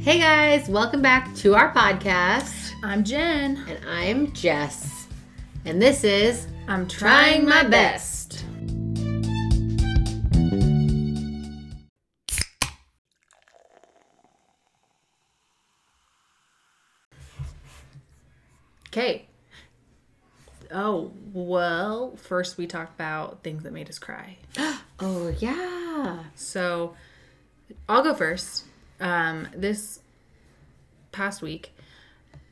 Hey guys, welcome back to our podcast. I'm Jen. And I'm Jess. And this is I'm Trying My Best. Okay. Oh, well, first we talked about things that made us cry. Oh, yeah. So I'll go first. Um, this past week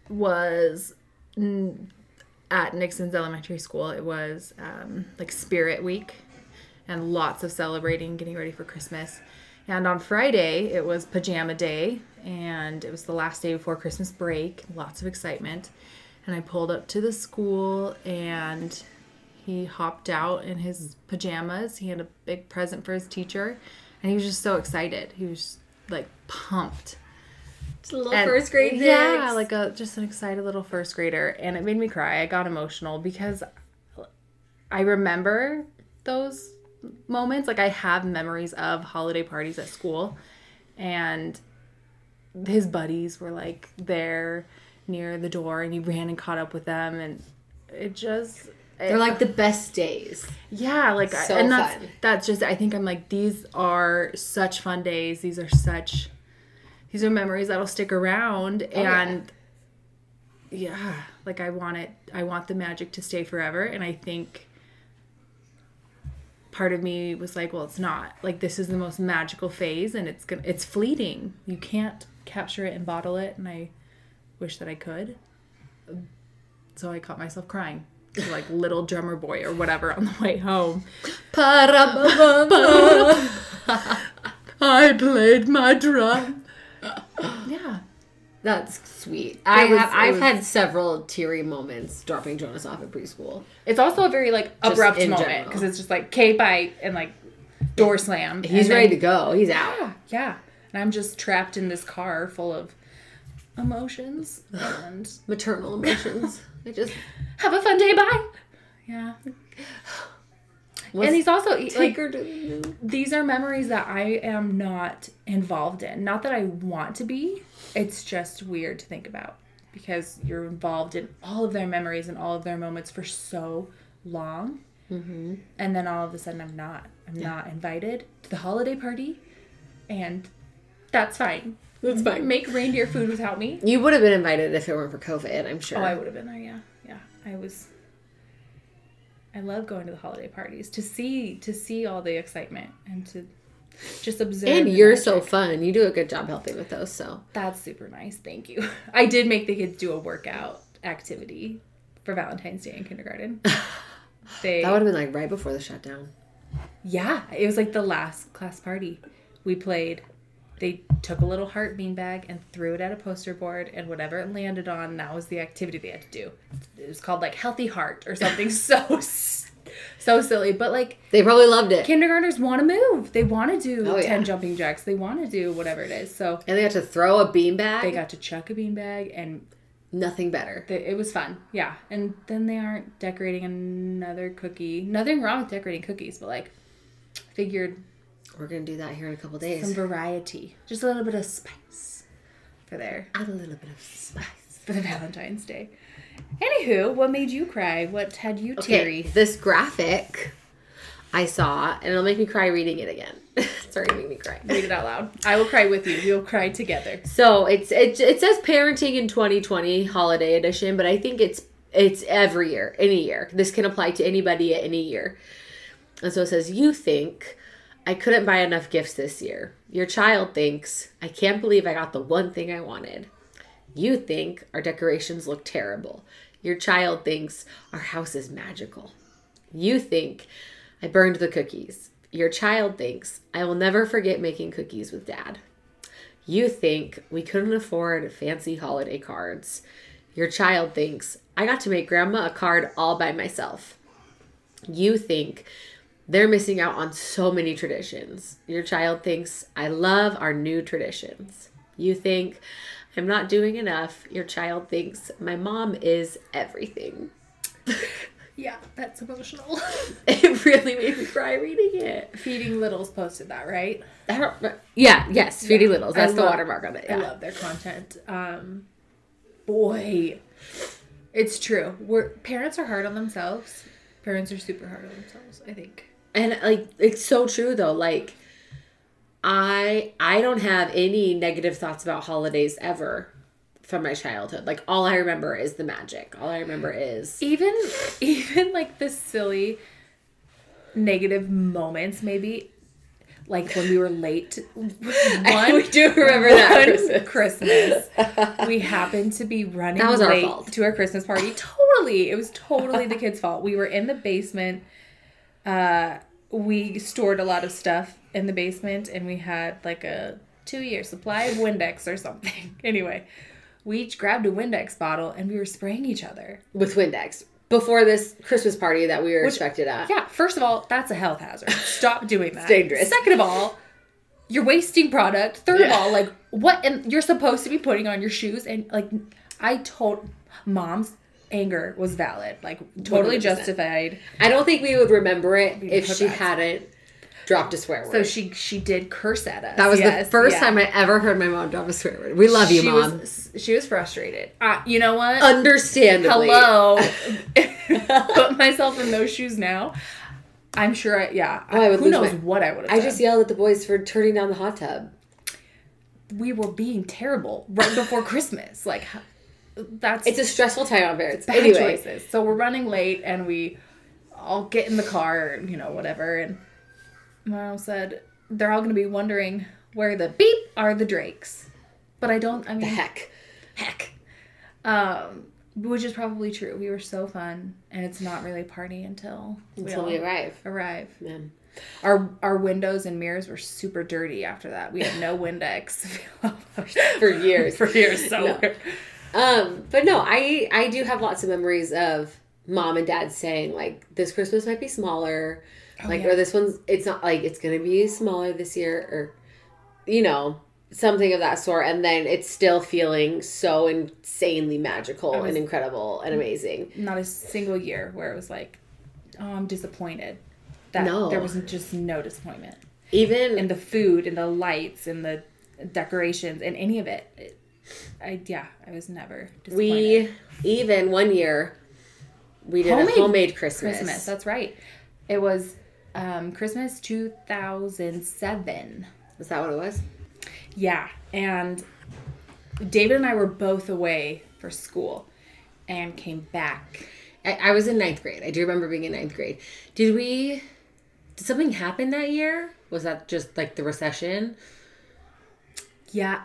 was n- at Nixon's elementary school. It was um, like Spirit Week and lots of celebrating, getting ready for Christmas. And on Friday, it was pajama day, and it was the last day before Christmas break. Lots of excitement. And I pulled up to the school, and he hopped out in his pajamas. He had a big present for his teacher, and he was just so excited. He was like pumped. It's a little And- first grade Yeah, like a just an excited little first grader, and it made me cry. I got emotional because I remember those moments. Like I have memories of holiday parties at school, and his buddies were like there near the door, and he ran and caught up with them, and it just They're like the best days. yeah, like I- So and that's fun. that's just I think I'm like these are such fun days. These are such these are memories that'll stick around yeah. and yeah. like I want it I want the magic to stay forever and I think part of me was like, well, it's not. Like this is the most magical phase and it's going to it's fleeting. You can't capture it and bottle it and I wish that I could. So I caught myself crying. to, Like little drummer boy or whatever on the way home. I played my drum. yeah. That's sweet. I was- have, it I've was- had several teary moments dropping Jonas off at preschool. It's also a very like abrupt in moment general. because it's just like K bite and like door slam. He's and then- ready to go. He's out. Yeah, yeah. And I'm just trapped in this car full of emotions and Maternal emotions. I just have a fun day. Bye. Yeah. Let's and he's also he- take like her to. these are memories that I am not involved in. Not that I want to be. It's just weird to think about because you're involved in all of their memories and all of their moments for so long. And then all of a sudden, I'm not. I'm not invited to the holiday party. And that's fine. That's fine. Make reindeer food without me. You would have been invited if it weren't for COVID. I'm sure. Oh, I would have been there. Yeah, yeah. I was. I love going to the holiday parties to see to see all the excitement and to just observe. and the you're magic. so fun. You do a good job helping with those. So That's super nice. Thank you. I did make the kids do a workout activity for Valentine's Day in kindergarten. They that would have been like right before the shutdown. yeah, it was like the last class party we played. They took a little heart beanbag and threw it at a poster board, and whatever it landed on, that was the activity they had to do. It was called like healthy heart or something so s- so silly, but like They probably loved it. kindergartners want to move. They want to do Oh, yeah. 10 jumping jacks. They want to do whatever it is. So and they got to throw a beanbag. they got to chuck a beanbag and nothing better. Th- it was fun yeah and then they aren't decorating another cookie nothing wrong with decorating cookies but like figured We're gonna do that here in a couple some days. variety just a little bit of spice for their Add a little bit of spice. for the valentine's day anywho what made you cry what had you Okay, teary this graphic I saw, and it'll make me cry reading it again. it's already making me cry. read it out loud i will cry with you we'll cry together So it's it, it says parenting in 2020 holiday edition, but I think it's it's every year, any year. This can apply to anybody at any year. And so it says, "You think I couldn't buy enough gifts this year. Your child thinks I can't believe I got the one thing I wanted. You think our decorations look terrible. Your child thinks our house is magical. You think I burned the cookies. Your child thinks I will never forget making cookies with dad." You think we couldn't afford fancy holiday cards. Your child thinks I got to make grandma a card all by myself. You think they're missing out on so many traditions. Your child thinks I love our new traditions. You think I'm not doing enough. Your child thinks my mom is everything. Yeah, that's emotional. It really made me cry reading it. Feeding Littles posted that, right? I don't. re- Yeah. Yes. Feedy Littles. I That's the love- watermark on it. I Yeah. love their content. Um, boy, it's true. We're parents are hard on themselves. Parents are super hard on themselves. I think. and like it's so true though like i i don't have any negative thoughts about holidays ever from my childhood like all i remember is the magic all i remember is even even like the silly negative moments maybe like when we were late one we do remember that one Christmas. christmas we happened to be running That was our late fault. to our christmas party totally it was totally the kids fault we were in the basement uh we stored a lot of stuff in the basement and we had like a two year supply of windex or something anyway we each grabbed a windex bottle and we were spraying each other with windex before this christmas party that we were expected at yeah, first of all, that's a health hazard. Stop doing that. dangerous. Second of all, you're wasting product. Third of Yeah. all, like what and you're supposed to be putting on your shoes and like I told mom's anger was valid. Like totally 100%. justified. i don't think we would remember it if put she back. hadn't dropped a swear word So she she did curse at us. that was Yes, the first yeah. time i ever heard my mom drop a swear word we love you she mom Was, she was frustrated. Uh, you know what? understandably Hello. Put myself in those shoes now. I'm sure I yeah. Oh, I would Who lose knows my- what I would have i done. just yelled at the boys for turning down the hot tub we were being terrible right before Christmas. Like h- that's it's a stressful time on parents bad anyway choices. So we're running late, and we all get in the car, you know, whatever. And my mom said they're all going to be wondering where the beep are the Drakes, but I don't. I mean, heck heck. Um, which is probably true. We were so fun, and it's not really a party until we until all we arrive. arrive. Then Our our windows and mirrors were super dirty after that. We had no Windex for years. for years. So No. we're- um, but no, I I do have lots of memories of mom and dad saying like this Christmas might be smaller, like Oh, yeah. or this one's it's not like it's gonna be smaller this year or you know something of that sort, and then it's still feeling so insanely magical was- Mm. and incredible and amazing. not a single year where it was like, oh, I'm disappointed. That No. there was just no disappointment. Even And the food and the lights and the decorations and any of it. it- I yeah, I was never disappointed. we even one year we did Homemade a homemade Christmas. Christmas, that's right. It was um, Christmas 2007. Is that what it was? Yeah, and David and I were both away for school and came back. I, I was in ninth grade. I do remember being in ninth grade. Did we? Did something happen that year? Was that just like the recession? Yeah.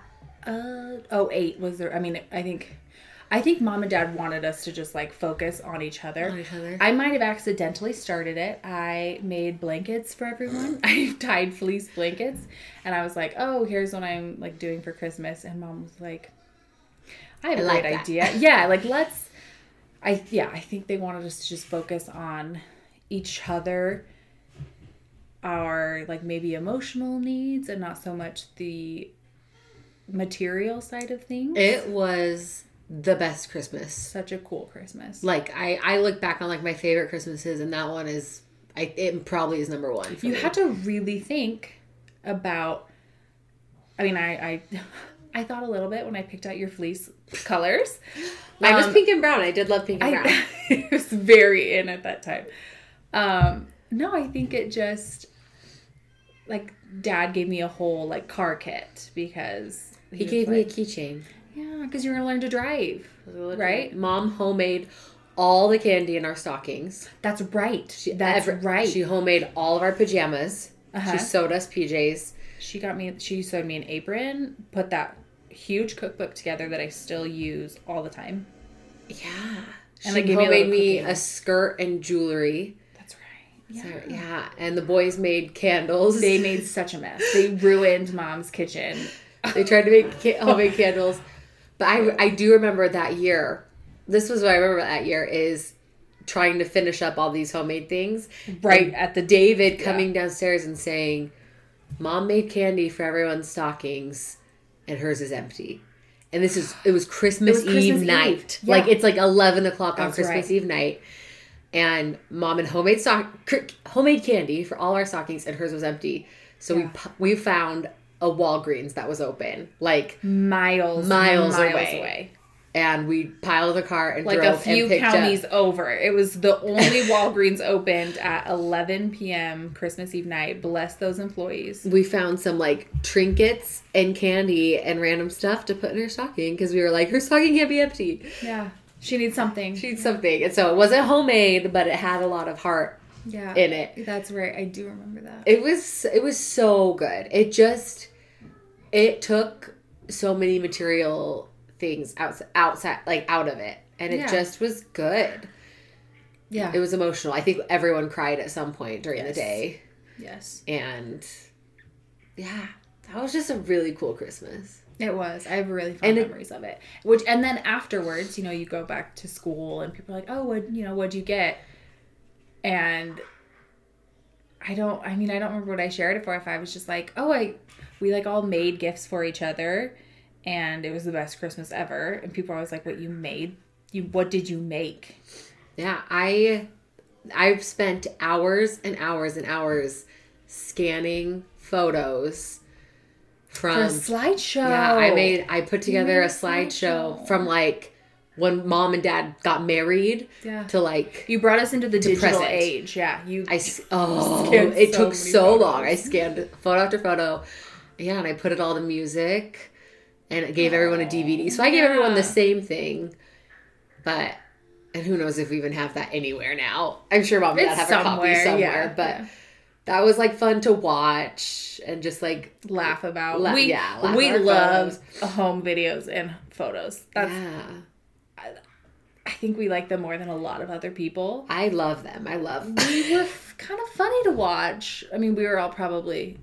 Uh, oh, eight was there. I mean, I think, I think mom and dad wanted us to just like focus on each other. On each other. I might have accidentally started it. I made blankets for everyone. I tied fleece blankets, and I was like, "Oh, here's what I'm like doing for Christmas." And mom was like, "I have a I like great that. idea. Yeah, like let's." I yeah, I think they wanted us to just focus on each other our like maybe emotional needs and not so much the material side of things. It was the best Christmas. Such a cool Christmas. Like I, I look back on like my favorite Christmases, and that one is, I it probably is number one. For you me. had to really think about I mean I I I thought a little bit when I picked out your fleece colors. Mine was um, pink and brown. I did love pink and brown. I, it was very in at that time. Um, no, I think it just like dad gave me a whole like car kit because He was gave like, me a keychain. Yeah, because you're gonna learn to drive. Right? Mom homemade all the candy in our stockings. That's right. That's Every- right. She She, homemade all of our pajamas. Uh-huh. She sewed us PJs. got me. She sewed me an apron. Put that huge cookbook together that I still use all the time. Yeah. And she they gave me a homemade little me cookie. a skirt and jewelry. That's right. So, Yeah. Yeah. And the boys made candles. They made such a mess. They ruined mom's kitchen. they tried to make ca- homemade candles. But I, I do remember that year. This was what I remember that year is trying to finish up all these homemade things. Right And at the David coming downstairs and saying, "Mom made candy for everyone's stockings, and hers is empty." And this is it was Christmas It was Christmas Eve Eve. night. Yeah. Like it's like eleven o'clock on That's Christmas right. Eve night. and mom and homemade sock cr- homemade candy for all our stockings, and hers was empty. So we pu- we found a Walgreens that was open, like, miles, Miles miles, away. away. and we piled the car and Like drove a few and picked up- counties over. It was the only Walgreens opened at 11 p.m. Christmas Eve night. Bless those employees. we found some like trinkets and candy and random stuff to put in her stocking because we were like, her stocking can't be empty. Yeah. She needs something. She needs something. And so it wasn't homemade, but it had a lot of heart yeah. in it. That's right. I do remember that. It was it was so good. It just it took so many material things outside, outside like out of it, and it Yeah. just was good. Yeah. It was emotional. I think everyone cried at some point during the Yes. day, yes. and yeah, that was just a really cool Christmas. It was. I have really And fond it- memories of it. Which and then afterwards, you know, you go back to school and people are like, "Oh, what you know, what'd you get?" And I don't. I mean, I don't remember what I shared it for. If I was just like, "Oh, I," we like all made gifts for each other, and it was the best Christmas ever. And people are always like, "What you made? You what did you make?" Yeah, I I've spent hours and hours and hours scanning photos For a from slideshow. Yeah, I made I put together Um, made a a slideshow slideshow. from like when mom and dad got married Yeah. to like You brought us into the digital present. age. Yeah. You. I s- oh Scanned it so took many so photos. long. I scanned photo after photo. Yeah, and I put it all to music and it gave everyone a DVD. So I gave everyone the yeah. same thing. But and who knows if we even have that anywhere now. I'm sure mom and dad It's have a copy somewhere, somewhere, yeah, but yeah. that was like fun to watch and just like laugh about. La- we yeah, laugh we about love home videos and photos. That's yeah. I think we like them more than a lot of other people. I love them. I love We were f- kind of funny to watch. I mean, we were all probably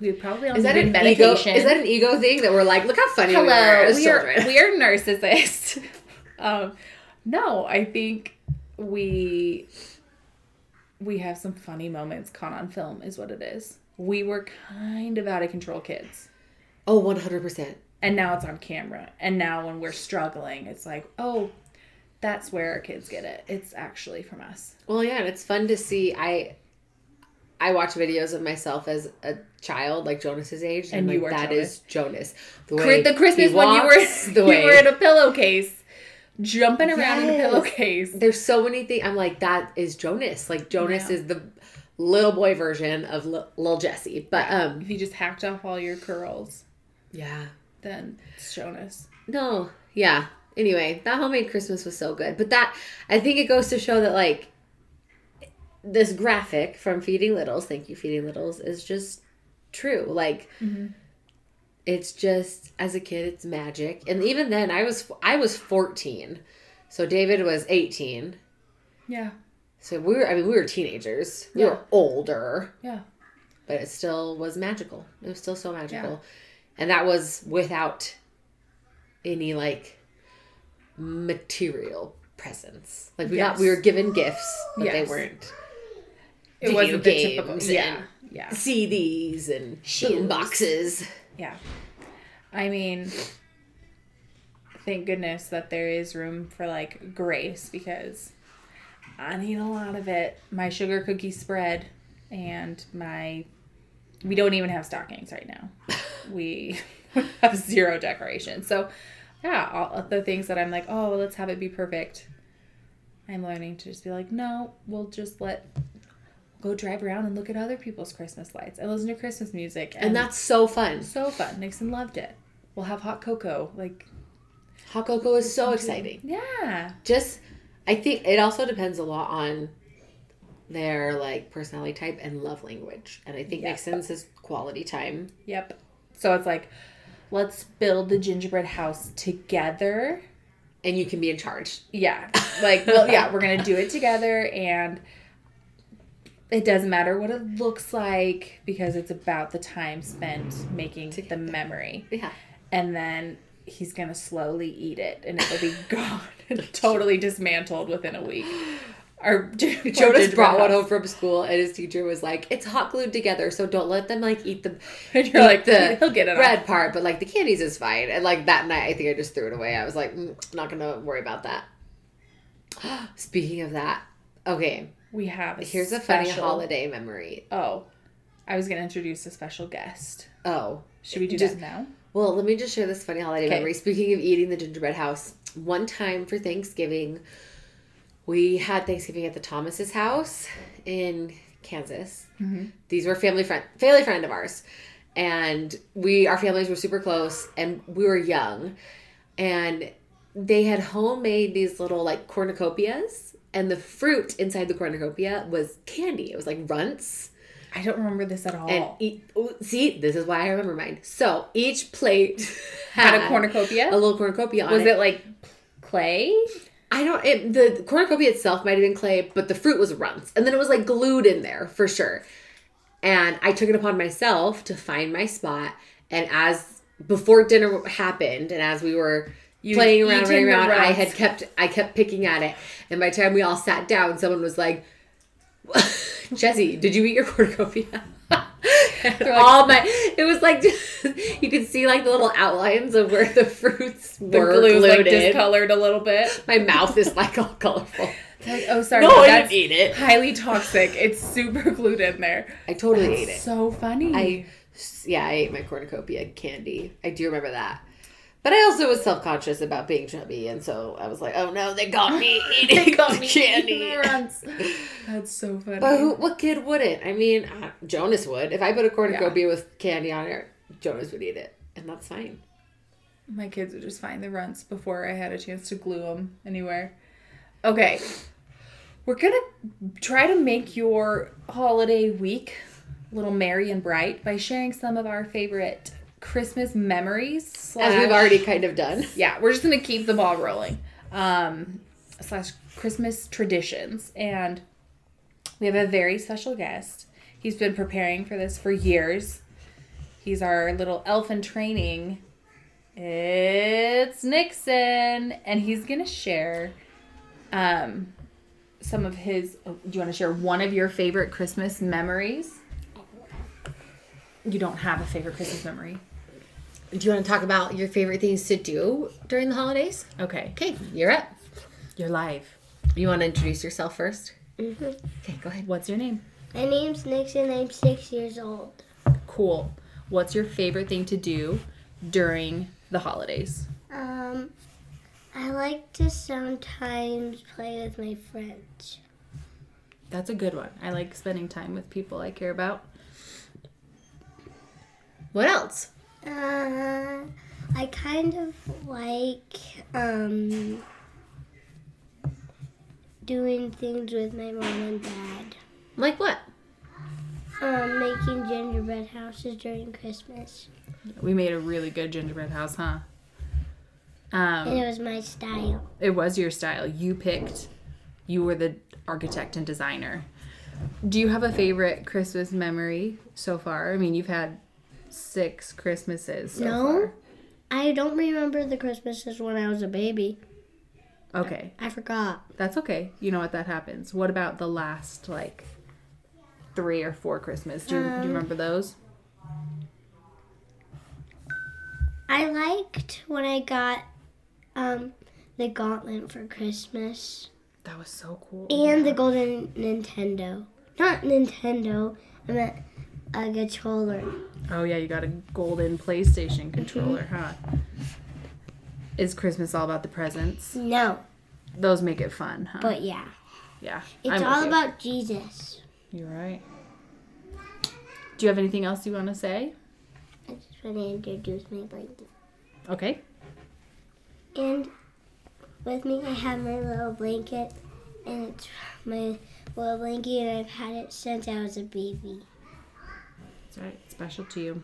we probably on Is that good an medication. ego? Is that an ego thing that we're like, look how funny we were hello? as We are children? we are narcissists. um, no, I think we we have some funny moments caught on film is what it is. We were kind of out of control kids. oh, one hundred percent. and now it's on camera and now when we're struggling it's like oh that's where our kids get it it's actually from us Well, yeah, and it's fun to see. I I watch videos of myself as a child, like Jonas's age, and, And you like, were that is Jonas. The way Cri- the christmas he when you walks, were the way you were in a pillowcase jumping around in a Yes. pillowcase there's so many things. I'm like, that is Jonas. Like Jonas Yeah. is the little boy version of Lil little Jesse. But um, if you just hacked off all your curls yeah, then it's jonas No, yeah. Anyway, that homemade Christmas was so good. But that, I think it goes to show that, like, this graphic from Feeding Littles, thank you, Feeding Littles, is just true. Like, it's just, as a kid, it's magic. And even then, I was, I was 14. So David was 18. yeah So we were, I mean, we were teenagers. We Yeah. were older yeah but it still was magical. It was still so magical. And that was without any like material presence. Like we got Yes. we were given gifts, but Yes. they weren't it Video wasn't the typical games yeah and- yeah CDs and boom boxes. yeah i mean thank goodness that there is room for like grace because I need a lot of it. My sugar cookie spread and my we don't even have stockings right now. We have zero decoration. So yeah, all of the things that I'm like, oh, let's have it be perfect. I'm learning to just be like, no, we'll just let go drive around and look at other people's Christmas lights and listen to Christmas music. And that's so fun. so fun. Nixon loved it. We'll have hot cocoa. Like, Hot cocoa is so exciting. yeah. Just I think it also depends a lot on their like personality type and love language. And I think Yeah. Nixon's is quality time. Yep. So it's like, let's build the gingerbread house together. And you can be in charge. Yeah. Like, well, yeah, we're going to do it together. And it doesn't matter what it looks like because it's about the time spent making the memory. Yeah. And then he's going to slowly eat it and it'll be gone and totally dismantled within a week. Our, Jonas brought one home from school, and his teacher was like, "It's hot glued together, so don't let them like eat the And you're eat like, he'll get it bread off. part, but like the candies is fine." And like that night, I think I just threw it away. I was like, mm, "Not gonna worry about that." Speaking of that, Okay, We have a here's a funny special, holiday memory. Oh, I was gonna introduce a special guest. Oh, Should we do Just- that now? Well, let me just share this funny holiday Okay. memory. Speaking of eating the gingerbread house, one time for Thanksgiving, we had Thanksgiving at the Thomas's house in Kansas. These were family friend, family friend of ours, and we our families were super close, and we were young, and they had homemade these little like cornucopias, and the fruit inside the cornucopia was candy. It was like runts. I don't remember this at all. And eat, oh, see, this is why I remember mine. So each plate Had had a cornucopia? a little cornucopia on was it. it like clay? I don't. It, the cornucopia itself might have been clay, but the fruit was runts, and then it was like glued in there for sure. And I took it upon myself to find my spot. And as before dinner happened, and as we were You'd playing around, eaten running the around, I runts. had kept I kept picking at it. And by the time we all sat down, someone was like, "Jesse, did you eat your cornucopia?" all my it was like you could see like the little outlines of where the fruits The were glue was, glued like in. discolored a little bit. My mouth is like all colorful. Like, oh, sorry. that's eat it. highly toxic. It's super glued in there. I totally ate it. So funny. I yeah, I ate my cornucopia candy. I do remember that. But I also was self conscious about being chubby, and so I was like, "Oh no, they got me eating the candy." That's so funny. But who, what kid wouldn't? I mean, uh, Jonas would. If I put a cornucopia with candy on it, Jonas would eat it, and that's fine. My kids would just find the runts before I had a chance to glue them anywhere. Okay. We're going to try to make your holiday week a little merry and bright by sharing some of our favorite Christmas memories. Slash, As we've already kind of done. Yeah, we're just going to keep the ball rolling. Um, slash Christmas traditions. And we have a very special guest. He's been preparing for this for years. He's our little elf in training. It's Nixon, and he's gonna share um, some of his. oh, do you want to share one of your favorite Christmas memories? You don't have a favorite Christmas memory. Do you want to talk about your favorite things to do during the holidays? Okay, Okay, you're up. you're live. You want to introduce yourself 1st Okay, go ahead. What's your name? My name's Nixon. I'm six years old. Cool. What's your favorite thing to do during the holidays? Um, I like to sometimes play with my friends. That's a good one. I like spending time with people I care about. What else? Uh, I kind of like um doing things with my mom and dad. Like what? Um, making gingerbread houses during Christmas, We made a really good gingerbread house, huh? and Um, it was my style. it was your style. You picked. You were the architect and designer. Do you have a favorite Christmas memory so far? I mean, you've had six Christmases. So No, I don't remember the Christmases when I was a baby. Far. Okay, I forgot. that's okay. You know what that happens. What about the last like three or four Christmas? Do you, Um, do you remember those? I liked when I got um, the gauntlet for Christmas That was so cool. and the golden Nintendo. Not Nintendo, I meant a controller. Oh yeah, you got a golden PlayStation controller, Mm-hmm. huh? Is Christmas all about the presents? No, Those make it fun, huh? but yeah. yeah, It's I'm with all you. about Jesus. You're right. Do you have anything else you want to say? I just want to introduce my blanket. Okay. And with me, I have my little blanket, and it's my little blanket, and I've had it since I was a baby. That's right. It's special to you.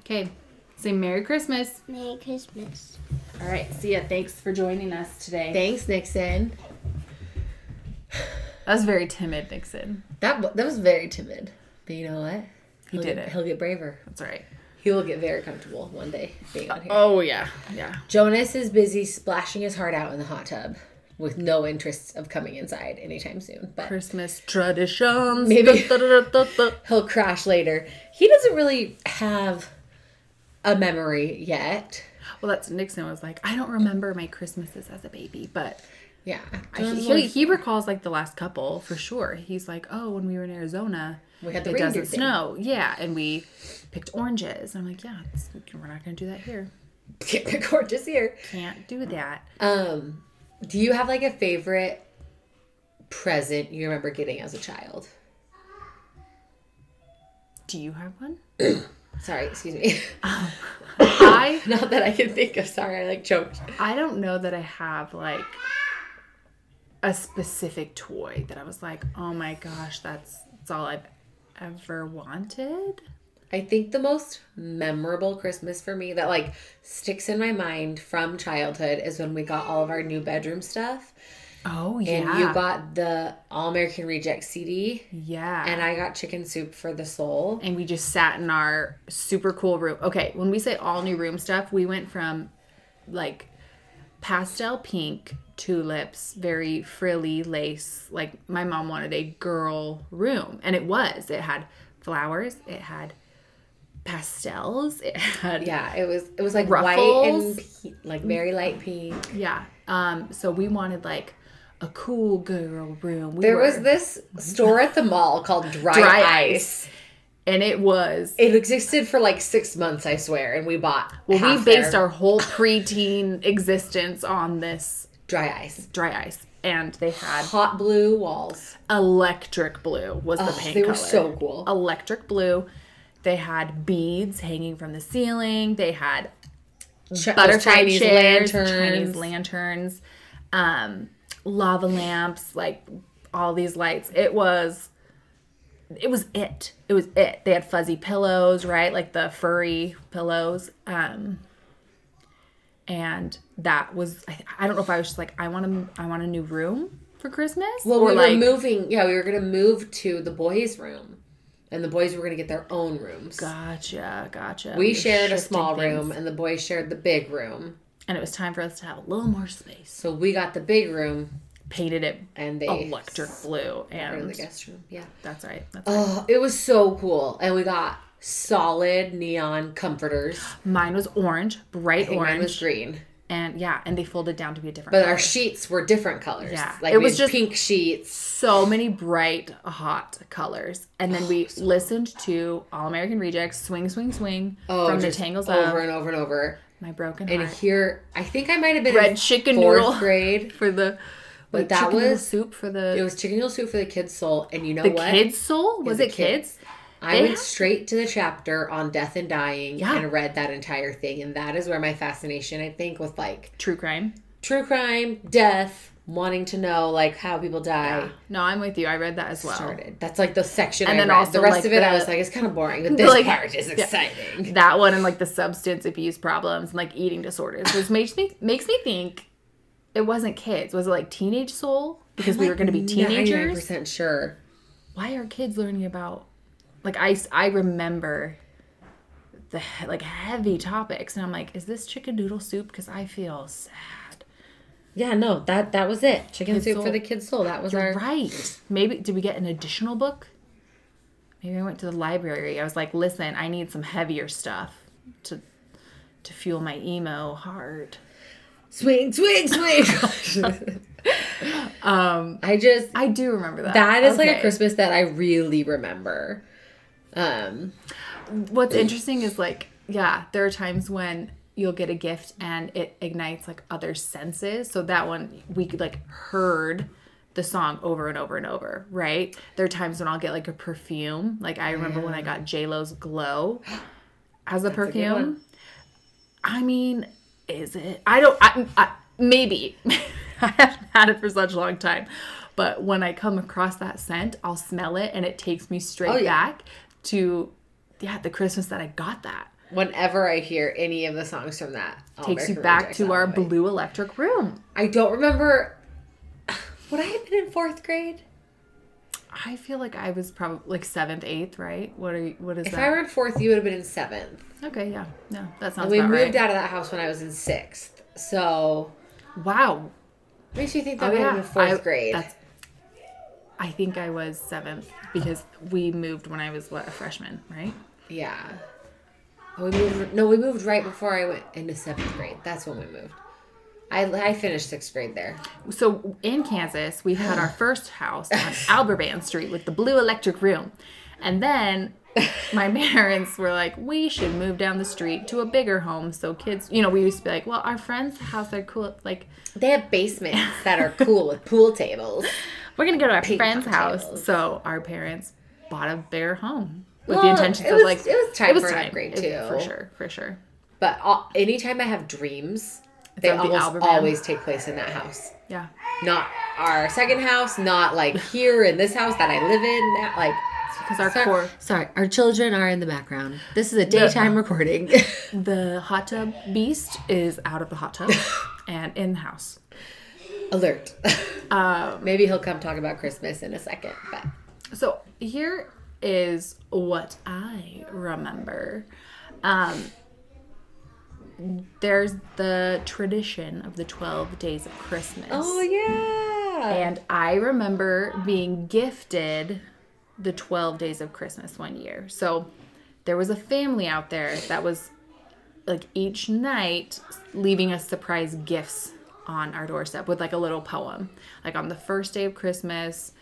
Okay. Say Merry Christmas. Merry Christmas. All right. See ya. Thanks for joining us today. Thanks, Nixon. that was very timid, Nixon. That wa- that was very timid, but you know what? He'll did get, it. He'll get braver. That's right. He will get very comfortable one day being on here. Oh yeah, yeah. Jonas is busy splashing his heart out in the hot tub with no interest of coming inside anytime soon. But Christmas traditions. Maybe. Da-da-da-da-da. he'll crash later. He doesn't really have a memory yet. Well, that's Nixon was like, I don't remember my Christmases as a baby, but Yeah. He, he recalls like the last couple for sure. He's like, oh, when we were in Arizona, We had the it reindeer doesn't thing. snow. Yeah, and we picked oranges. And I'm like, yeah, it's, we're not gonna do that here. Can't pick oranges here. Can't do that. Um, do you have like a favorite present you remember getting as a child? Do you have one? Sorry, excuse me. I Not that I can think of. Sorry, I like choked. I don't know that I have like a specific toy that I was like, oh my gosh, that's that's all I've ever wanted. I think the most memorable Christmas for me that like sticks in my mind from childhood is when we got all of our new bedroom stuff. Oh And yeah, you got the All American Reject CD, yeah. and I got chicken soup for the soul. and we just sat in our super cool room. Okay, when we say all new room stuff, we went from like pastel pink tulips, very frilly lace. Like my mom wanted a girl room, and it was. It had flowers, it had pastels, it had Yeah, it was it was like white Ruffles. and pe- like very light pink. yeah. Um so we wanted like a cool girl room. We There were- was this store at the mall called Dry, Dry Ice. and it was It existed for like six months, I swear, and we bought. well, we half based their our whole preteen existence on this dry ice, dry ice, and they had hot blue walls. electric blue was the Oh, paint they color. were so cool. Electric blue. They had beads hanging from the ceiling. They had Ch- butterfly Chinese chairs, lanterns. Chinese lanterns, um, lava lamps, like all these lights. It was, it was it. It was it. They had fuzzy pillows, right? Like the furry pillows. Um, and that was. I, I don't know if I was just like, I want a, I want a new room for Christmas. Well, or we like, were moving. Yeah, we were gonna move to the boys' room, and the boys were gonna get their own rooms. Gotcha, gotcha. we were shared a shifting small room, things. and the boys shared the big room. and it was time for us to have a little more space. So we got the big room, Painted it and Oh, they electric blue, or and the guest room. Yeah. that's right. That's Oh, it was so cool, and we got solid neon comforters. Mine was orange, Orange. bright Mine orange, was green. and yeah, and they folded down to be a different. But color. our sheets were different colors. Yeah. Like It we was had just- pink sheets. so many bright, hot colors, and then we listened to All American Rejects, "Swing, Swing, Swing" Oh, from the just Tangles over of and over and over. my broken And heart here, I think I might have been in Red chicken fourth noodle. grade. for the. But wait, that chicken noodle was- soup for It the was chicken noodle soup for the kids' soul, and you know the what? kids' soul. Was the it kids? I they went have- straight to the chapter on death and dying Yeah. and read that entire thing, and that is where my fascination, I think, with like True crime. true crime, death, wanting to know like how people die. No, I'm with you. I read that as well. Started. That's like the section, And I then read. also, the rest like, of it, I the- was like, it's kind of boring, but this Like- part is yeah. exciting. That one and like the substance abuse problems and like eating disorders, which makes me makes me think it wasn't kids. Was it like teenage soul? Because we were going to be teenagers. percent sure. Why are kids learning about? Like I s- I remember the he- like heavy topics, and I'm like, is this chicken noodle soup? Because I feel sad. Yeah, no, that that was it. Chicken Kids' soup for soul. the kids' soul. That was our. Right? Maybe did we get an additional book? Maybe I went to the library. I was like, listen, I need some heavier stuff to to fuel my emo heart. Swing, swing, swing. um, I just I do remember that. that is like a Okay. Christmas that I really remember. Um, What's interesting is like, yeah, there are times when you'll get a gift and it ignites like other senses. So that one we could like heard the song over and over and over, right? There are times when I'll get like a perfume. Like I remember when I got J Lo's Glow as a perfume. one. I mean, is it? I don't. I, I maybe I haven't had it for such a long time, but when I come across that scent, I'll smell it, and it takes me straight Oh, yeah. back to yeah the Christmas that I got that. Oh, whenever I hear any of the songs from that, I'll Takes you recommend back it to our solidly. blue electric room. I don't remember. Would I have been in fourth grade? I feel like I was probably like seventh, eighth, right? What are you, what is If I that? were in fourth, you would have been in seventh. okay, yeah, no, that sounds And we about moved right. out of that house when I was in sixth, so Wow, makes you think Oh, that we would have yeah. been in fourth I- grade. that's- I think I was seventh because we moved when I was what a freshman, right? Yeah. Oh, we moved. No, we moved right before I went into seventh grade. That's when we moved. I, I finished sixth grade there. So in Kansas, we had our first house on Alberban Street with the blue electric room. And then my parents were like, we should move down the street to a bigger home. So kids, you know, we used to be like, well, our friend's house, they're cool. Like, They have basements that are cool with pool tables. we're going to go to our Ping friend's pong house. tables. So our parents bought a bigger home with the Well, intention Oh, it of was- like, it was time for an upgrade, It- For too. sure, for sure. But all, anytime I have dreams, they of the almost Alberman. always take place in that house. Yeah. Not our second house, not like here in this house that I live in. Not like Because our Sorry- core, Sorry, our children are in the background. This is a daytime recording. the hot tub beast is out of the hot tub and in the house. alert. Um, Maybe he'll come talk about Christmas in a second. But So here is what I remember. Um, there's the tradition of the 12 days of Christmas. oh, yeah, And I remember being gifted the 12 days of Christmas one year. So there was a family out there that was like each night leaving us surprise gifts on our doorstep with like a little poem. Like on the first day of Christmas,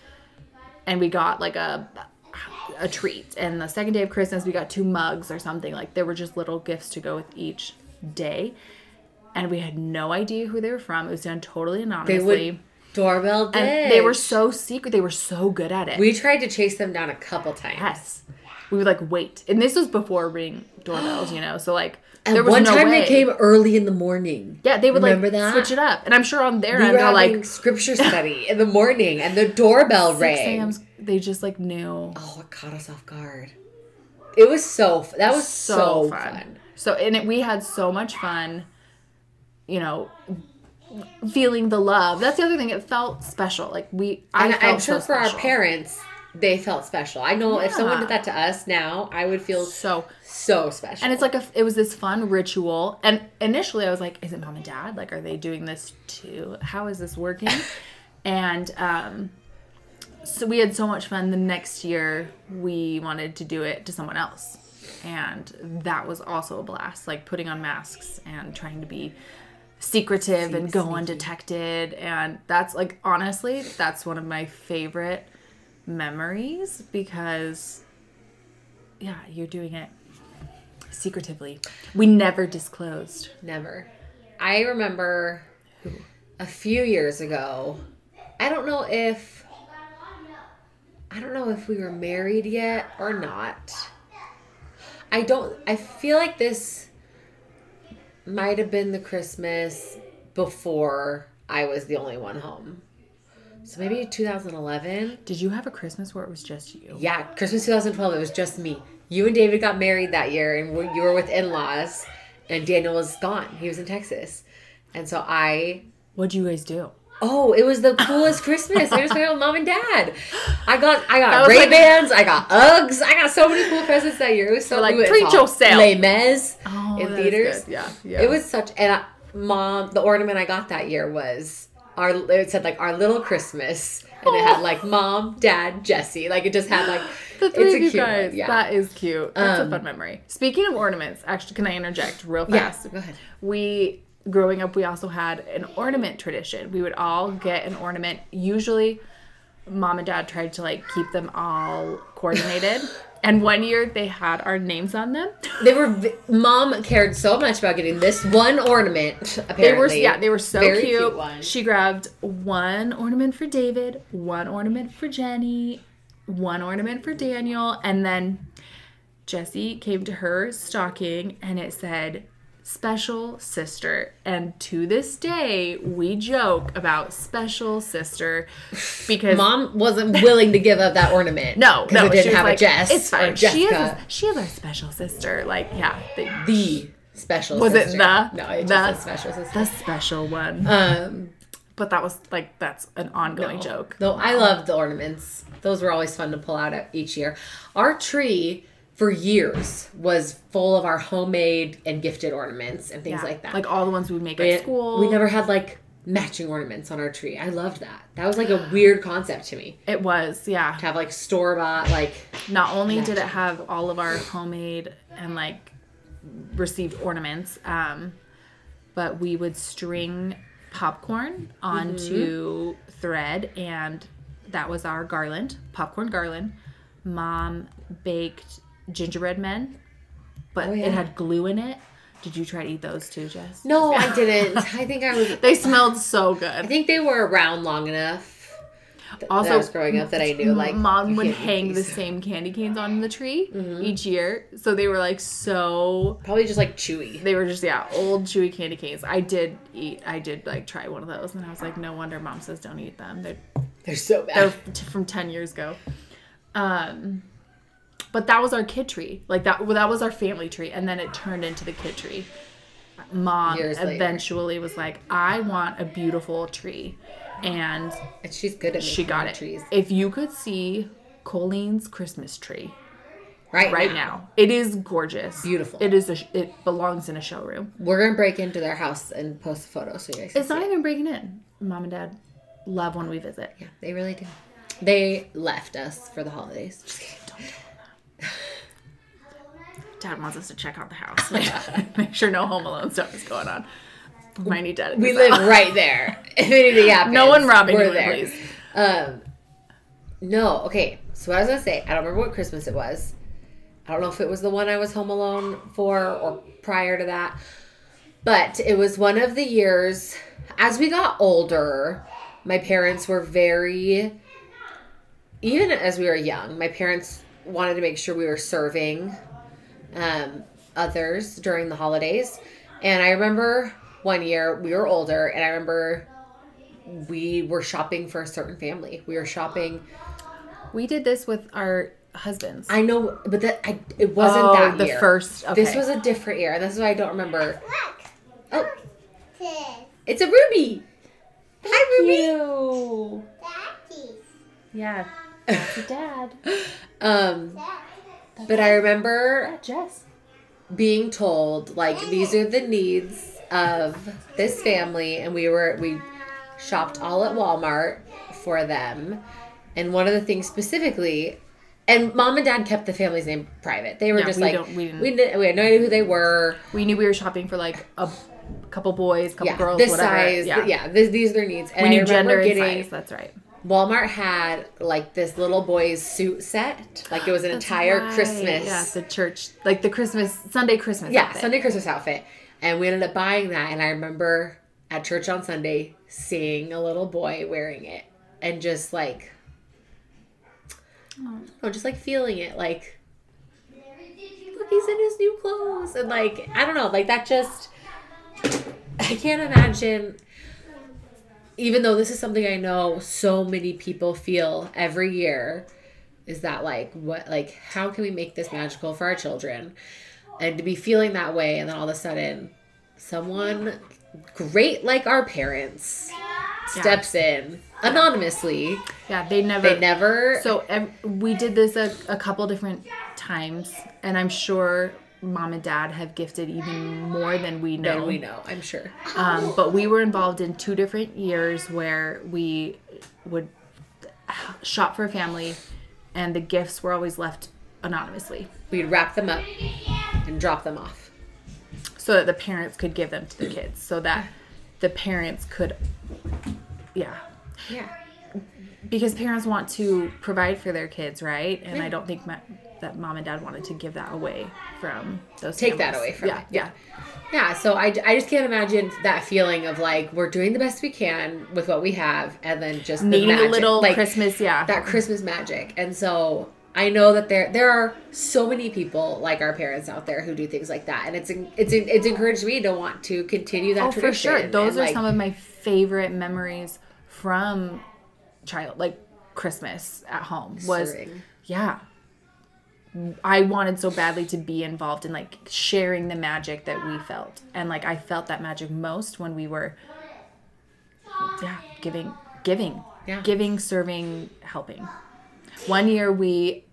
and we got like a a treat. And the second day of Christmas, we got two mugs or something. Like there were just little gifts to go with each day. And we had no idea who they were from. It was done totally they anonymously. would doorbell. Ditch. And they were so secret. They were so good at it. We tried to chase them down a couple times. yes. We would like wait, and this was before ring doorbells, you know. So like, And there was one no time way. they came early in the morning. Yeah, they would Remember like that? switch it up, and I'm sure on their We end were they're having like scripture study in the morning, and the doorbell six rang. a.m. 's- They just like knew. Oh, it caught us off guard. It was so f- that was so, fun. So and it, we had so much fun, you know, feeling the love. That's the other thing. It felt special. Like we, I And felt I am sure so for our special. parents, they felt special. I know if someone Yeah. did that to us now, I would feel So so special. and it's like a, it was this fun ritual and initially i was like is it mom and dad like are they doing this too how is this working and um so we had so much fun the next year we wanted to do it to someone else and that was also a blast like putting on masks and trying to be secretive and go undetected and that's like honestly that's one of my favorite memories because yeah you're doing it secretively. We never disclosed. Never. I remember a few years ago. I don't know if I don't know if we were married yet or not. I don't I feel like this might have been the Christmas before I was the only one home. So maybe 2011. Did you have a Christmas where it was just you? Yeah, Christmas 2012, it was just me. You and David got married that year, and we- you were with in laws, and Daniel was gone. He was in Texas. And so I, What'd you guys do? oh, it was the coolest Christmas. I just hung out with mom and dad. I got, I got was like- Ray Bans, I got Uggs, I got so many cool presents that year. It was so like, we went and "Treat saw yourself." Les Mis Oh, in that is theaters. good. Yeah, yeah. It was such, and I, mom, the ornament I got that year was. Our, it said like our little Christmas, and it had like mom, dad, Jesse. Like it just had like Oh. The three it's a of you cute one, guys. yeah. That is cute. That's Um, a fun memory. Speaking of ornaments, actually, can I interject real Yeah, fast? go ahead. We growing up, we also had an ornament tradition. We would all get an ornament. Usually, mom and dad tried to like keep them all coordinated. and one year, they had our names on them. They were. v- Mom cared so much about getting this one ornament. Apparently, They were yeah, they were so Very cute. one. She grabbed one ornament for David, one ornament for Jenny, one ornament for Daniel, and then Jesse came to her stocking and it said special sister and to this day we joke about special sister because Mom wasn't willing to give up that ornament. no because no it she didn't was have like, a Jess. it's Or fine she is Jessica, a, she is our special sister like yeah they, the special. Was it sister. the- No, it the- just said special sister. the special one Um, but that was like that's an ongoing joke though I loved the ornaments. Those were always fun to pull out at- each year. Our tree for years was full of our homemade and gifted ornaments and things Yeah, like that. Like all the ones we make It- at school. we never had like matching ornaments on our tree. I loved that. That was like a weird concept to me. It was, yeah. to have like store bought like Not only did it have all of our homemade and like received ornaments, um, but we would string popcorn onto Mm-hmm. thread, and that was our garland, popcorn garland. Mom baked gingerbread men, Oh, but it had glue in it. Did you try to eat those too, Jess? No, I didn't. I think I was. They smelled so I good. think they were around long enough. Also, I was growing up that I knew like Mm-hmm. mom you would can't eat hang the these. Mm-hmm. same candy canes on the tree each year, so they were like so. probably just like chewy. They were just yeah, old chewy candy canes. I did eat. I did like try one of those, and I was like, no wonder mom says don't eat them. They're They're so they're bad. t- from 10 years ago um but that was our kid tree like that well, that was our family tree and then it turned into the kid tree mom Years later. eventually was like i want a beautiful tree and And she's good at making she got it trees if you could see colleen's christmas tree right right now it is gorgeous Beautiful. it is a sh- it belongs in a showroom We're gonna break into their house and post a photo so you guys. can it's not even breaking in mom and dad love when we visit Yeah, they really do. They left us for the holidays. Just kidding. Dad wants us to check out the house, make, make sure no Home Alone stuff is going on. I need Dad. to We do live that. right there. If anything happens, No one robbing we're you, please. Um, no, okay. So what I was gonna say, I don't remember what Christmas it was. I don't know if it was the one I was home alone for or prior to that, but it was one of the years. As we got older, my parents were very even as we were young, my parents wanted to make sure we were serving um, others during the holidays. And I remember one year we were older, and I remember we were shopping for a certain family. We were shopping. We did this with our husbands. I know, but that I, it wasn't Oh, that the year. first. Okay. This was a different year. This is why I don't remember. Look, Oh, this, it's a Ruby. Hi, Ruby. Ew. daddy, Yeah. Dad. Um, that. but I remember Jess. being told like these are the needs of this family and we were we shopped all at Walmart for them and one of the things specifically and mom and dad kept the family's name private they were Yeah, just we like don't- we didn't- we, didn't, we had no idea who they were we knew we were shopping for like a couple boys, couple yeah girls, this whatever. size yeah, yeah. this, these are their needs and We I knew remember gender and getting size. That's right. Walmart had like this little boy's suit set like it was an entire Christmas Yeah, the church, like the Christmas Sunday Christmas. Yeah, outfit. Sunday Christmas outfit. And we ended up buying that. And I remember at church on Sunday seeing a little boy wearing it and just like, oh, just like feeling it. Like, look, he's in his new clothes. And like, I don't know, like that just, I can't imagine. Even though this is something I know so many people feel every year, is that like, what, like, how can we make this magical for our children? and to be feeling that way and then all of a sudden someone great like our parents steps in anonymously Yeah, they never. they never So ev- we did this a, a couple different times, and I'm sure mom and dad have gifted even more than we know. and we know i'm sure Um, but we were involved in two different years where we would shop for a family, and the gifts were always left anonymously we'd wrap them up and drop them off so that the parents could give them to the kids, so that the parents could, yeah. yeah Because parents want to provide for their kids, right? And I don't think ma- that mom and dad wanted to give that away from those. Take that families. away from yeah, it, yeah. yeah so I, I just can't imagine that feeling of like we're doing the best we can with what we have and then just the Needing a magic, little like, Christmas, yeah. that Christmas magic. And so I know that there there are so many people like our parents out there who do things like that, and it's en- it's en- it's encouraged me to want to continue that oh, for tradition. sure. Those and, are like, some of my favorite memories from child, like Christmas at home. Was Serving. yeah, I wanted so badly to be involved in like sharing the magic that we felt, and like I felt that magic most when we were yeah giving, giving, Yeah. giving, serving, helping. One year we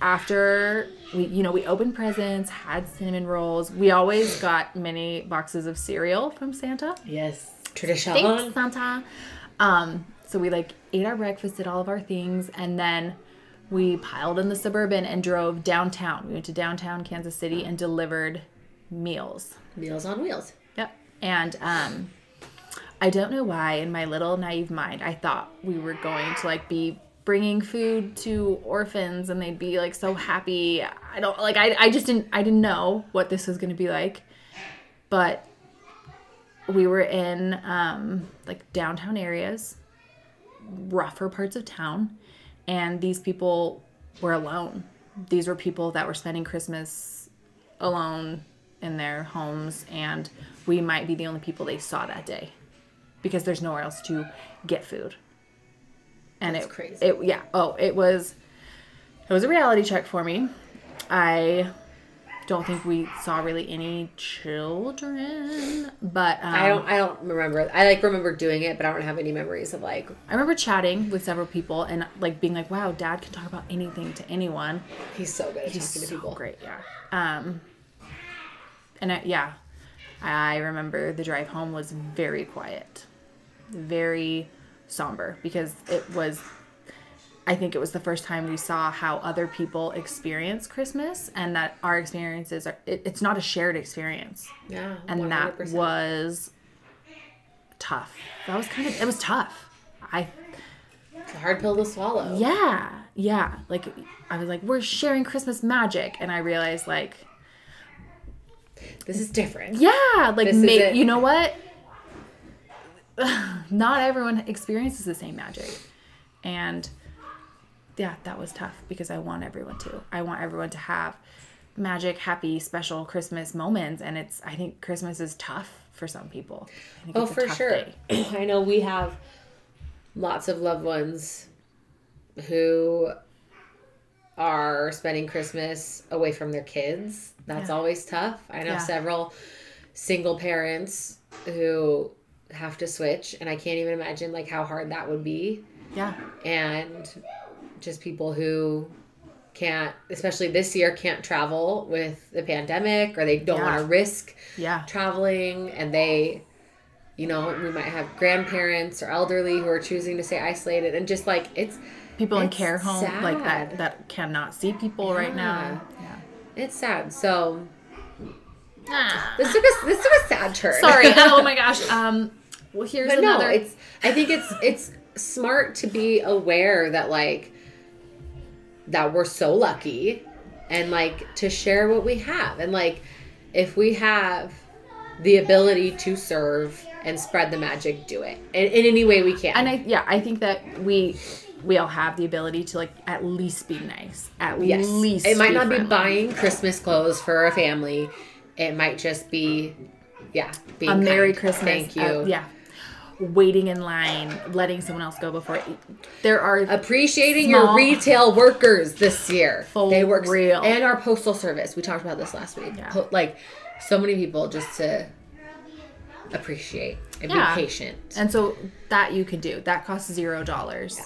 after we you know we opened presents had cinnamon rolls we always got mini boxes of cereal from santa yes tradition. Thanks, Santa. Um, so we like ate our breakfast, did all of our things, and then we piled in the suburban and drove downtown. We went to downtown Kansas City and delivered meals. Meals on Wheels. Yep. And um, I don't know why, in my little naive mind, I thought we were going to like be bringing food to orphans and they'd be like so happy. I don't like, I, I just didn't, I didn't know what this was going to be like. But we were in um, like downtown areas, rougher parts of town, and these people were alone. These were people that were spending Christmas alone in their homes, and we might be the only people they saw that day because there's nowhere else to get food. And it, crazy. it, yeah, oh, it was, it was a reality check for me. I don't think we saw really any children, but um, I don't. I don't remember. I like remember doing it, but I don't have any memories of like. I remember chatting with several people and like being like, "Wow, Dad can talk about anything to anyone." He's so good at He's talking to so people. great, yeah. Um, and I, yeah, I remember the drive home was very quiet, very somber because it was. I think it was the first time we saw how other people experience Christmas and that our experiences are. It, it's not a shared experience Yeah, and that 100%. was tough. That was kind of it was tough. I It's a hard pill to swallow. yeah yeah like I was like we're sharing Christmas magic, and I realized like This is different. yeah like This is ma- it. you know what? Not everyone experiences the same magic, and yeah, that was tough because I want everyone to. I want everyone to have magic, happy, special Christmas moments, and it's I think Christmas is tough for some people. I think Oh, it's a for tough sure. day. I know we have lots of loved ones who are spending Christmas away from their kids. That's always tough. I know Yeah. several single parents who have to switch and I can't even imagine like how hard that would be Yeah. and just people who can't especially this year can't travel with the pandemic or they don't Yeah. want to risk Yeah. traveling and they you know we might have grandparents or elderly who are choosing to stay isolated and just like it's People in It's care homes like that sad. that cannot see people right now. Yeah. it's sad so this took a this took a sad turn Sorry. oh my gosh. Um well here's but another no it's i think it's it's smart to be aware that like that we're so lucky and like to share what we have and like if we have the ability to serve and spread the magic do it in, in any way we can and I yeah, I think that we we all have the ability to like at least be nice. At Yes. least it might not be friendly. buying Christmas clothes for a family. It might just be, yeah, being a Merry kind. Christmas. Thank you. uh, yeah. Waiting in line, letting someone else go before there are Appreciating Small. your retail workers this year. For they work real. and our postal service. We talked about this last week. Yeah. Po- Like so many people just to appreciate and Yeah. be patient. and so that you can do. That costs zero dollars.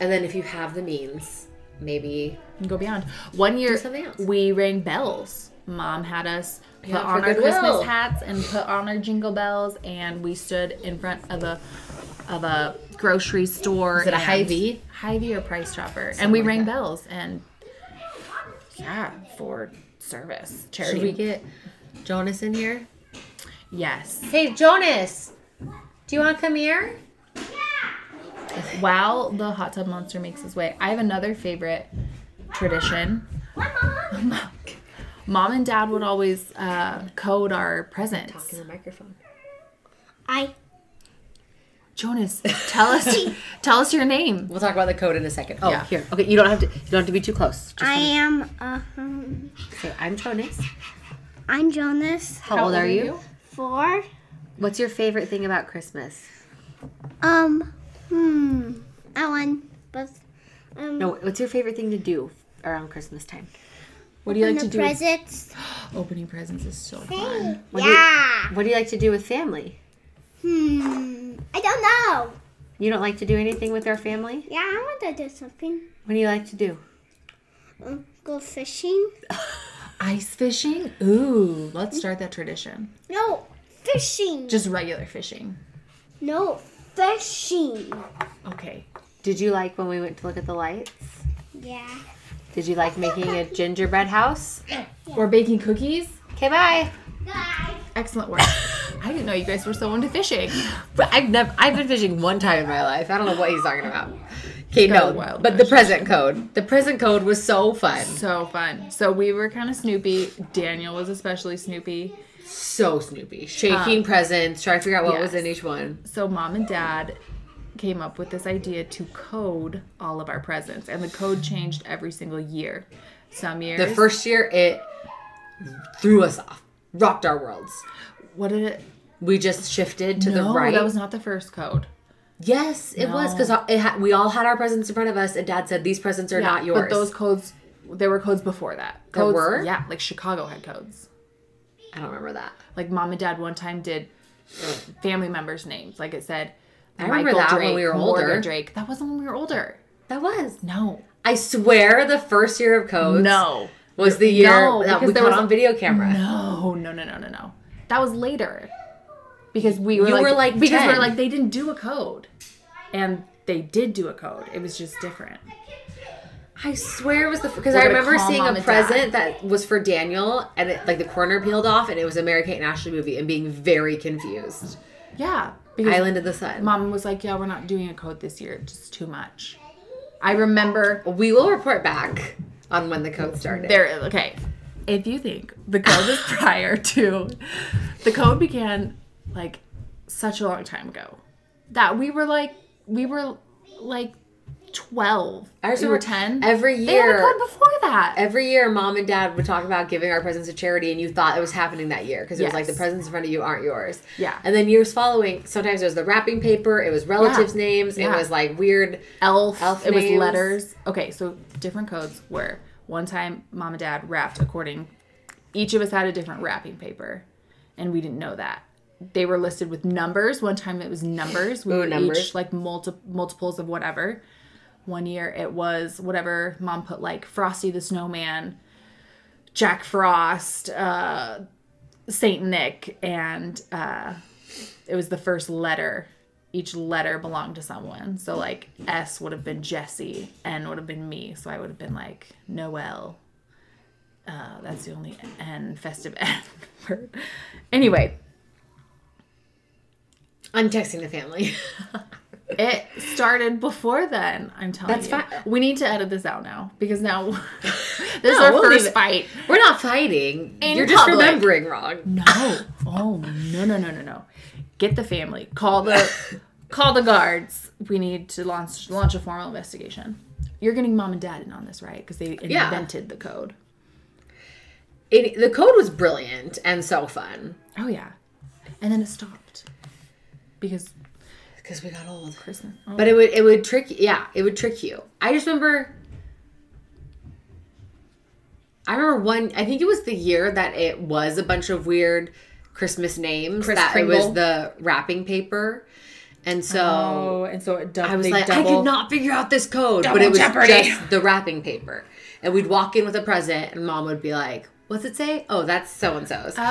And then if you have the means, maybe and go beyond. One year, something else. we rang bells. Mom had us put Yeah, on for our Goodwill. Christmas hats and put on our jingle bells, and we stood in front of a of a grocery store. Is it a and- Hy-Vee? Hy-Vee or Price Chopper, and we like rang that. bells, and yeah, for service charity. should we get Jonas in here? yes. Hey Jonas, do you want to come here? While the hot tub monster makes his way, I have another favorite tradition. Mom and Dad would always uh, code our presents. In the microphone. I Jonas, tell us tell us your name. We'll talk about the code in a second. Oh, Yeah. here. Okay, you don't have to. You don't have to be too close. Just I am um say, I'm Jonas. I'm Jonas How, old, are you? four. What's your favorite thing about Christmas? Um hmm I won but um No, what's your favorite thing to do around Christmas time? What do you like to the do? presents. Opening presents is so fun. Yeah. What do you like to do with family? Hmm. I don't know. You don't like to do anything with our family? Yeah, I want to do something. What do you like to do? Um, go fishing. Ice fishing? Ooh, let's start that tradition. No fishing. Just regular fishing. no fishing. Okay. Did you like when we went to look at the lights? Yeah. Did you like making a gingerbread house? We're baking cookies? Okay, bye. Excellent work. I I didn't know you guys were so into fishing. But I've never I've been fishing one time in my life. I don't know what he's talking about. Okay, got a no. wild But the present code. The present code was so fun. So fun. So we were kind of Snoopy. Daniel was especially Snoopy. So Snoopy. Shaking presents, trying to figure out what was yes. in each one. So mom and dad came up with this idea to code all of our presents, and the code changed every single year. Some years, The first year it threw us off. Rocked our worlds. what did it? We just shifted to No, the right. that was not the first code. yes, it was because ha- we all had our presents in front of us, and Dad said these presents are not yours. But those codes, there were codes before that. There Codes, were? yeah, like Chicago had codes. I don't remember that. Like mom and dad one time did family members' names. Like it said, I remember that when we were older. Drake. That wasn't when we were older. That was. No, I swear, the first year of codes no, was the year No, that we because there caught was- on video camera. no, no, no, no, no, no. That was later because we were You like, were, like, because 10. we were like they didn't do a code, and they did do a code. It was just different. I swear it was the because I We're gonna remember call seeing Mom a and present that was for Daniel and it, like the corner peeled off and it was a Mary Kate and Ashley movie and being very confused. Yeah, because Island of the Sun. mom was like, yeah, we're not doing a code this year. It's just too much. I remember We will report back on when the code started. There, okay. If you think the code was prior to, the code began like such a long time ago that we were like we were like twelve. I just we were remember ten. every they had a year. code before that. Every year, mom and dad would talk about giving our presents to charity, and you thought it was happening that year because it was like the Yes. presents in front of you aren't yours. Yeah. And then years following, sometimes it was the wrapping paper, it was relatives' Yeah. names, Yeah. it was like weird. elf. Elf it names. was letters. Okay, so different codes were one time mom and dad wrapped according. Each of us had a different wrapping paper, and we didn't know that. They were listed with numbers. One time it was numbers. We Ooh, were numbers. each like multi- multiples of whatever. One year it was whatever mom put like Frosty the Snowman, Jack Frost, uh, Saint Nick, and uh, it was the first letter. Each letter belonged to someone. So like S would have been Jesse, N would have been me. So I would have been like Noel. Uh, that's the only N festive N word. Anyway, I'm texting the family. it started before then. I'm telling That's you. fine. We need to edit this out now because now this is No, our we'll leave first it. fight. We're not fighting. In You're just public. remembering wrong. No. Oh no no no no no. Get the family. Call the call the guards. We need to launch launch a formal investigation. You're getting mom and dad in on this, right? Because they Yeah. invented the code. It, the code was brilliant and so fun Oh yeah. And then it stopped. Because because we got old. Christmas. Oh. But it would it would trick yeah, it would trick you. I just remember I remember one I think it was the year that it was a bunch of weird Christmas names Kris that it Kringle. was the wrapping paper. And so Oh, and so it double, I was they like I double- could not figure out this code, but double it was jeopardy. just the wrapping paper. And we'd walk in with a present and mom would be like, "What's it say? Oh, that's so and so's. What's it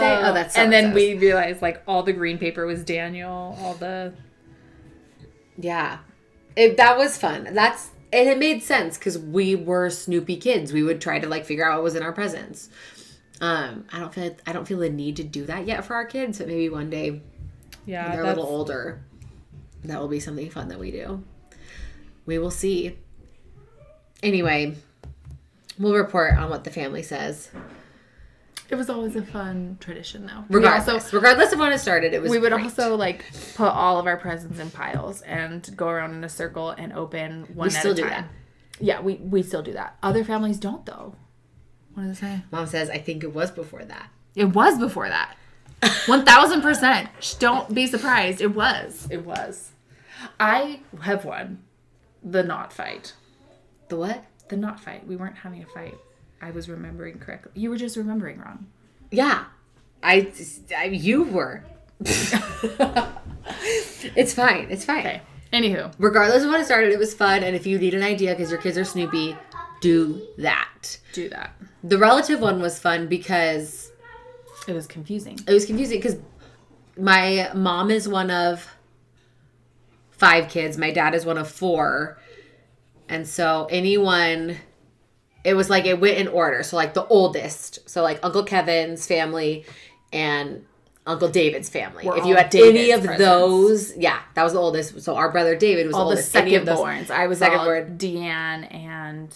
say? Oh, that's so and then we realized like all the green paper was Daniel, all the Yeah. It, that was fun. That's and it made sense because we were Snoopy kids. We would try to like figure out what was in our presents. Um, I don't feel like, I don't feel the need to do that yet for our kids, but maybe one day when yeah. they're a that's- little older, that will be something fun that we do. We will see. Anyway, we'll report on what the family says. It was always a fun tradition though. We Regardless, also- regardless of when it started, it was we would great. also like put all of our presents in piles and go around in a circle and open one We at still a do time. that. Yeah, we we still do that. Other families don't though. What does it say? Mom says, I think it was before that. It was before that. One thousand percent. Don't be surprised. It was. it was. I have won the knot fight. The what? The knot fight. We weren't having a fight. I was remembering correctly. You were just remembering wrong. Yeah. I, I you were. it's fine. It's fine. Anywho, Regardless of when it started, it was fun. And if you need an idea because your kids are Snoopy, do that. do that. The relative one was fun because It was confusing. it was confusing because my mom is one of five kids, my dad is one of four. And so anyone it was like it went in order. So like the oldest. So like Uncle Kevin's family and Uncle David's family. Were if you all had any David's of cousins. those, yeah, that was the oldest. So our brother David was all the the oldest. Any second of those, borns. I was Second all born. Deanne and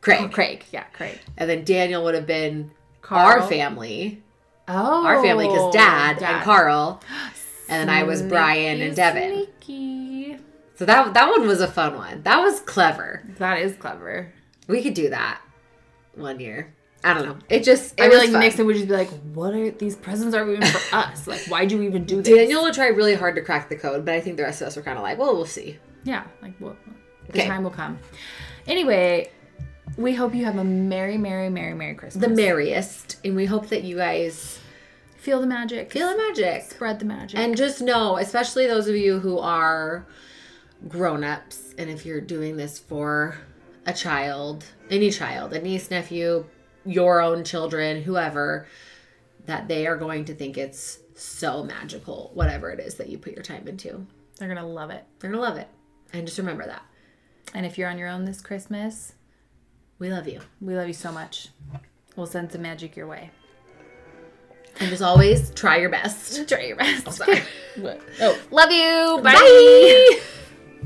Craig, Craig. Yeah, Craig. and then Daniel would have been Carl. our family, Oh, our family because dad, and Carl, and then I was Brian and Devin. Sneaky. So that that one was a fun one. That was clever. That is clever. We could do that one year. I don't know. It just it I feel was like fun. Nixon would just be like, "What are these presents are even for us? Like, why do we even do this?" Daniel would try really hard to crack the code, but I think the rest of us were kind of like, well, we'll see. Yeah, like what the Okay. time will come. Anyway, we hope you have a merry, merry, merry, merry Christmas. The merriest, and we hope that you guys feel the magic. feel the magic. spread the magic. And just know, especially those of you who are grown ups, and if you're doing this for a child, any child, a niece, nephew, your own children, whoever, that they are going to think it's so magical, whatever it is that you put your time into. They're gonna love it. They're going to love it. And just remember that. And if you're on your own this Christmas, We love you. we love you so much. We'll send some magic your way. And just always try your best. Try your best. Sorry. Oh. love you. Bye. Bye.